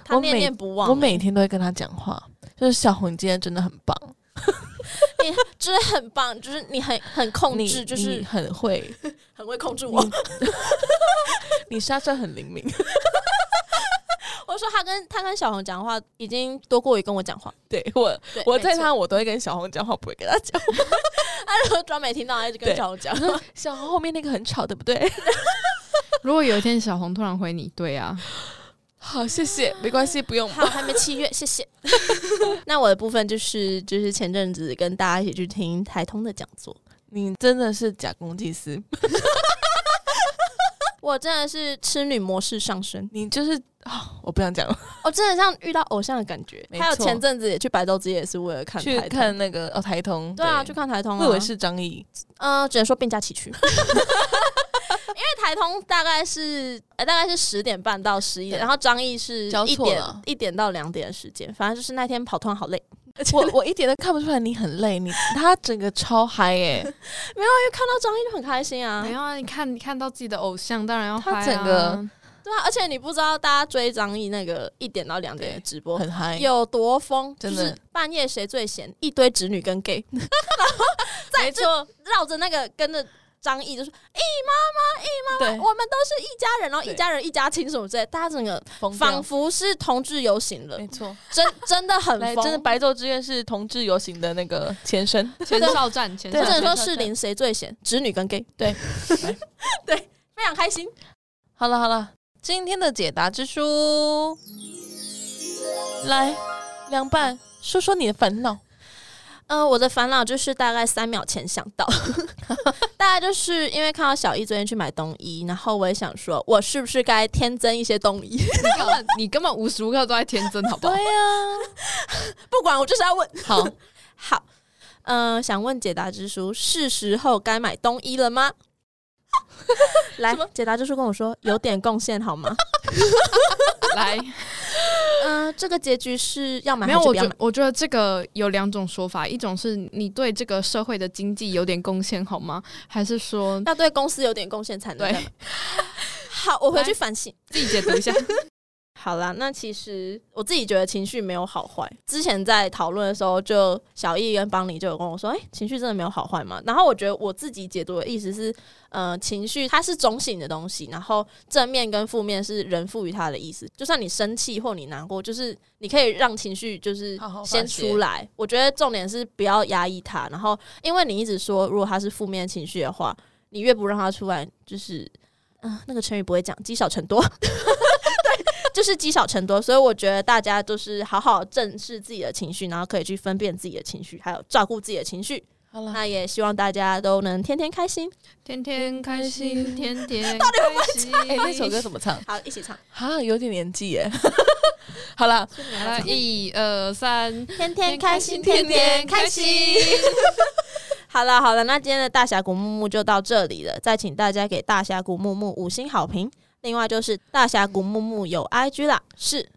[SPEAKER 1] 他
[SPEAKER 2] 我
[SPEAKER 1] 念
[SPEAKER 2] 每
[SPEAKER 1] 念不忘、
[SPEAKER 2] 我每天都会跟她讲话，就是小红，你今天真的很棒，
[SPEAKER 1] 你就是很棒，就是你很很控
[SPEAKER 2] 你
[SPEAKER 1] 制，就
[SPEAKER 2] 你
[SPEAKER 1] 是
[SPEAKER 2] 很 会，
[SPEAKER 1] 很会控制
[SPEAKER 2] 你
[SPEAKER 1] 我。
[SPEAKER 2] 你刹车很灵敏。
[SPEAKER 1] 我说他跟他跟小红讲话已经多过于跟我讲话，
[SPEAKER 2] 对我，
[SPEAKER 1] 对，
[SPEAKER 2] 我
[SPEAKER 1] 没
[SPEAKER 2] 在
[SPEAKER 1] 错，
[SPEAKER 2] 他，我都会跟小红讲话，不会跟他讲。
[SPEAKER 1] 他如果装没听到，他一直跟
[SPEAKER 2] 对
[SPEAKER 1] 小红讲。
[SPEAKER 2] 小红后面那个很吵，对不对？
[SPEAKER 3] 如果有一天小红突然回你，对啊，
[SPEAKER 2] 好，谢谢，没关系，不用。
[SPEAKER 1] 好，还没七月，谢 谢。那我的部分就是就是前阵子跟大家一起去听台通的讲座，
[SPEAKER 2] 你真的是假公济私，
[SPEAKER 1] 我真的是痴女模式上升，
[SPEAKER 2] 你就是啊、我不想讲了。
[SPEAKER 1] 我真的像遇到偶像的感觉。
[SPEAKER 2] 没
[SPEAKER 1] 还有
[SPEAKER 2] 错
[SPEAKER 1] 前阵子也去白昼之夜，也是为了看
[SPEAKER 2] 去
[SPEAKER 1] 台通
[SPEAKER 2] 看那个哦，台通，
[SPEAKER 1] 对啊，去看台通、啊。
[SPEAKER 2] 我以为是张译，
[SPEAKER 1] 呃，只能说并驾齐 驱。因为台通大概是呃大概是十点半到十一点，
[SPEAKER 2] 对
[SPEAKER 1] 然后张毅是
[SPEAKER 2] 交
[SPEAKER 1] 一
[SPEAKER 2] 错
[SPEAKER 1] 点
[SPEAKER 2] 了哎
[SPEAKER 1] 一点到两点的时间，反正就是那天跑突然好累，而且
[SPEAKER 2] 我我一点都看不出来你很累，你他整个超嗨耶、
[SPEAKER 1] 看到张毅就很开心啊
[SPEAKER 3] 没，有啊，你看看到自己的偶像，当然要
[SPEAKER 2] 他
[SPEAKER 3] 拍啊
[SPEAKER 2] 整个
[SPEAKER 1] 对啊，而且你不知道大家追张毅那个一点到两点的直播。
[SPEAKER 2] 很嗨，
[SPEAKER 1] 有多疯，就
[SPEAKER 2] 真的
[SPEAKER 1] 是半夜谁最闲，一堆直女跟 gay，然后在就绕着那个跟着张毅就说：“哎、
[SPEAKER 2] 对，
[SPEAKER 1] 我们都是一家人，然后一
[SPEAKER 2] 哎对
[SPEAKER 1] 家人一家亲什么之类的。”大家整个
[SPEAKER 2] 疯掉哎
[SPEAKER 1] 仿佛是同志游行了
[SPEAKER 2] 没，错，
[SPEAKER 1] 真真的很
[SPEAKER 2] 来，
[SPEAKER 1] 疯，
[SPEAKER 2] 真的白昼之愿是同志游行的那个前身，
[SPEAKER 3] 前哨站，前
[SPEAKER 1] 或
[SPEAKER 3] 哨
[SPEAKER 2] 对
[SPEAKER 1] 者
[SPEAKER 3] 站
[SPEAKER 1] 说适龄谁最闲，直女跟 gay，
[SPEAKER 2] 对
[SPEAKER 1] 对，非常开心。
[SPEAKER 2] 好了好了，今天的解答之书，来，凉拌，说说你的烦恼。
[SPEAKER 1] 呃，我的烦恼就是大概三秒前想到， 大概就是因为看到小易昨天去买冬衣，然后我也想说，我是不是该添增一些冬衣？
[SPEAKER 3] 你根本你根本无时无刻都在天真，好不好？
[SPEAKER 1] 不管，我就是要问。
[SPEAKER 2] 好，
[SPEAKER 1] 好，呃，想问解答之书，是时候该买冬衣了 吗？来，解答之书跟我说有点贡献好吗？
[SPEAKER 3] 来，
[SPEAKER 1] 嗯、这个结局是要买
[SPEAKER 3] 没有，
[SPEAKER 1] 还是
[SPEAKER 3] 我
[SPEAKER 1] 不要
[SPEAKER 3] 觉
[SPEAKER 1] 买？
[SPEAKER 3] 我觉得这个有两种说法，一种是你对这个社会的经济有点贡献，好吗？还是说
[SPEAKER 1] 要 对公司有点贡献才能
[SPEAKER 3] 对
[SPEAKER 1] 买。好，我回去反省。
[SPEAKER 3] 自己解读一下？
[SPEAKER 1] 好啦，那其实我自己觉得情绪没有好坏。之前在讨论的时候，就小易跟邦尼就有跟我说，哎、情绪真的没有好坏嘛？然后我觉得我自己解读的意思是，呃，情绪它是中性的东西，然后正面跟负面是人赋予它的意思。就算你生气或你难过，就是你可以让情绪就是
[SPEAKER 2] 好好发
[SPEAKER 1] 先
[SPEAKER 2] 泄
[SPEAKER 1] 出来。我觉得重点是不要压抑它，然后因为你一直说，如果它是负面情绪的话，你越不让它出来，就是。嗯、那个成语不会讲，积少成多。就是积少成多，所以我觉得大家就是好好正视自己的情绪，然后可以去分辨自己的情绪，还有照顾自己的情绪。
[SPEAKER 2] 好了，
[SPEAKER 1] 那也希望大家都能天天开心。
[SPEAKER 3] 天天开心，天天
[SPEAKER 1] 到底会
[SPEAKER 3] 开心。
[SPEAKER 2] 哎、那首歌怎么唱？
[SPEAKER 1] 好，一起唱，
[SPEAKER 2] 哈，有点年纪耶。 好了，
[SPEAKER 3] 来了，一二三，
[SPEAKER 1] 天天开心，天天开心。。 好了好了，那今天的大峡谷木木就到这里了，再请大家给大峡谷木木五星好评。另外就是大峡谷木木有 IG 啦，是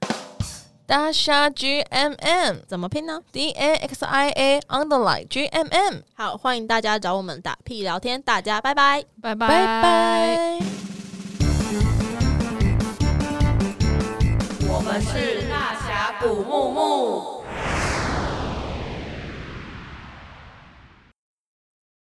[SPEAKER 2] 大虾 G M M
[SPEAKER 1] 怎么拼呢？
[SPEAKER 2] D A X I A underline G M M，
[SPEAKER 1] 好，欢迎大家找我们打屁聊天，大家拜拜。
[SPEAKER 3] 拜拜
[SPEAKER 2] 拜拜。
[SPEAKER 1] 我们是大峡谷木木。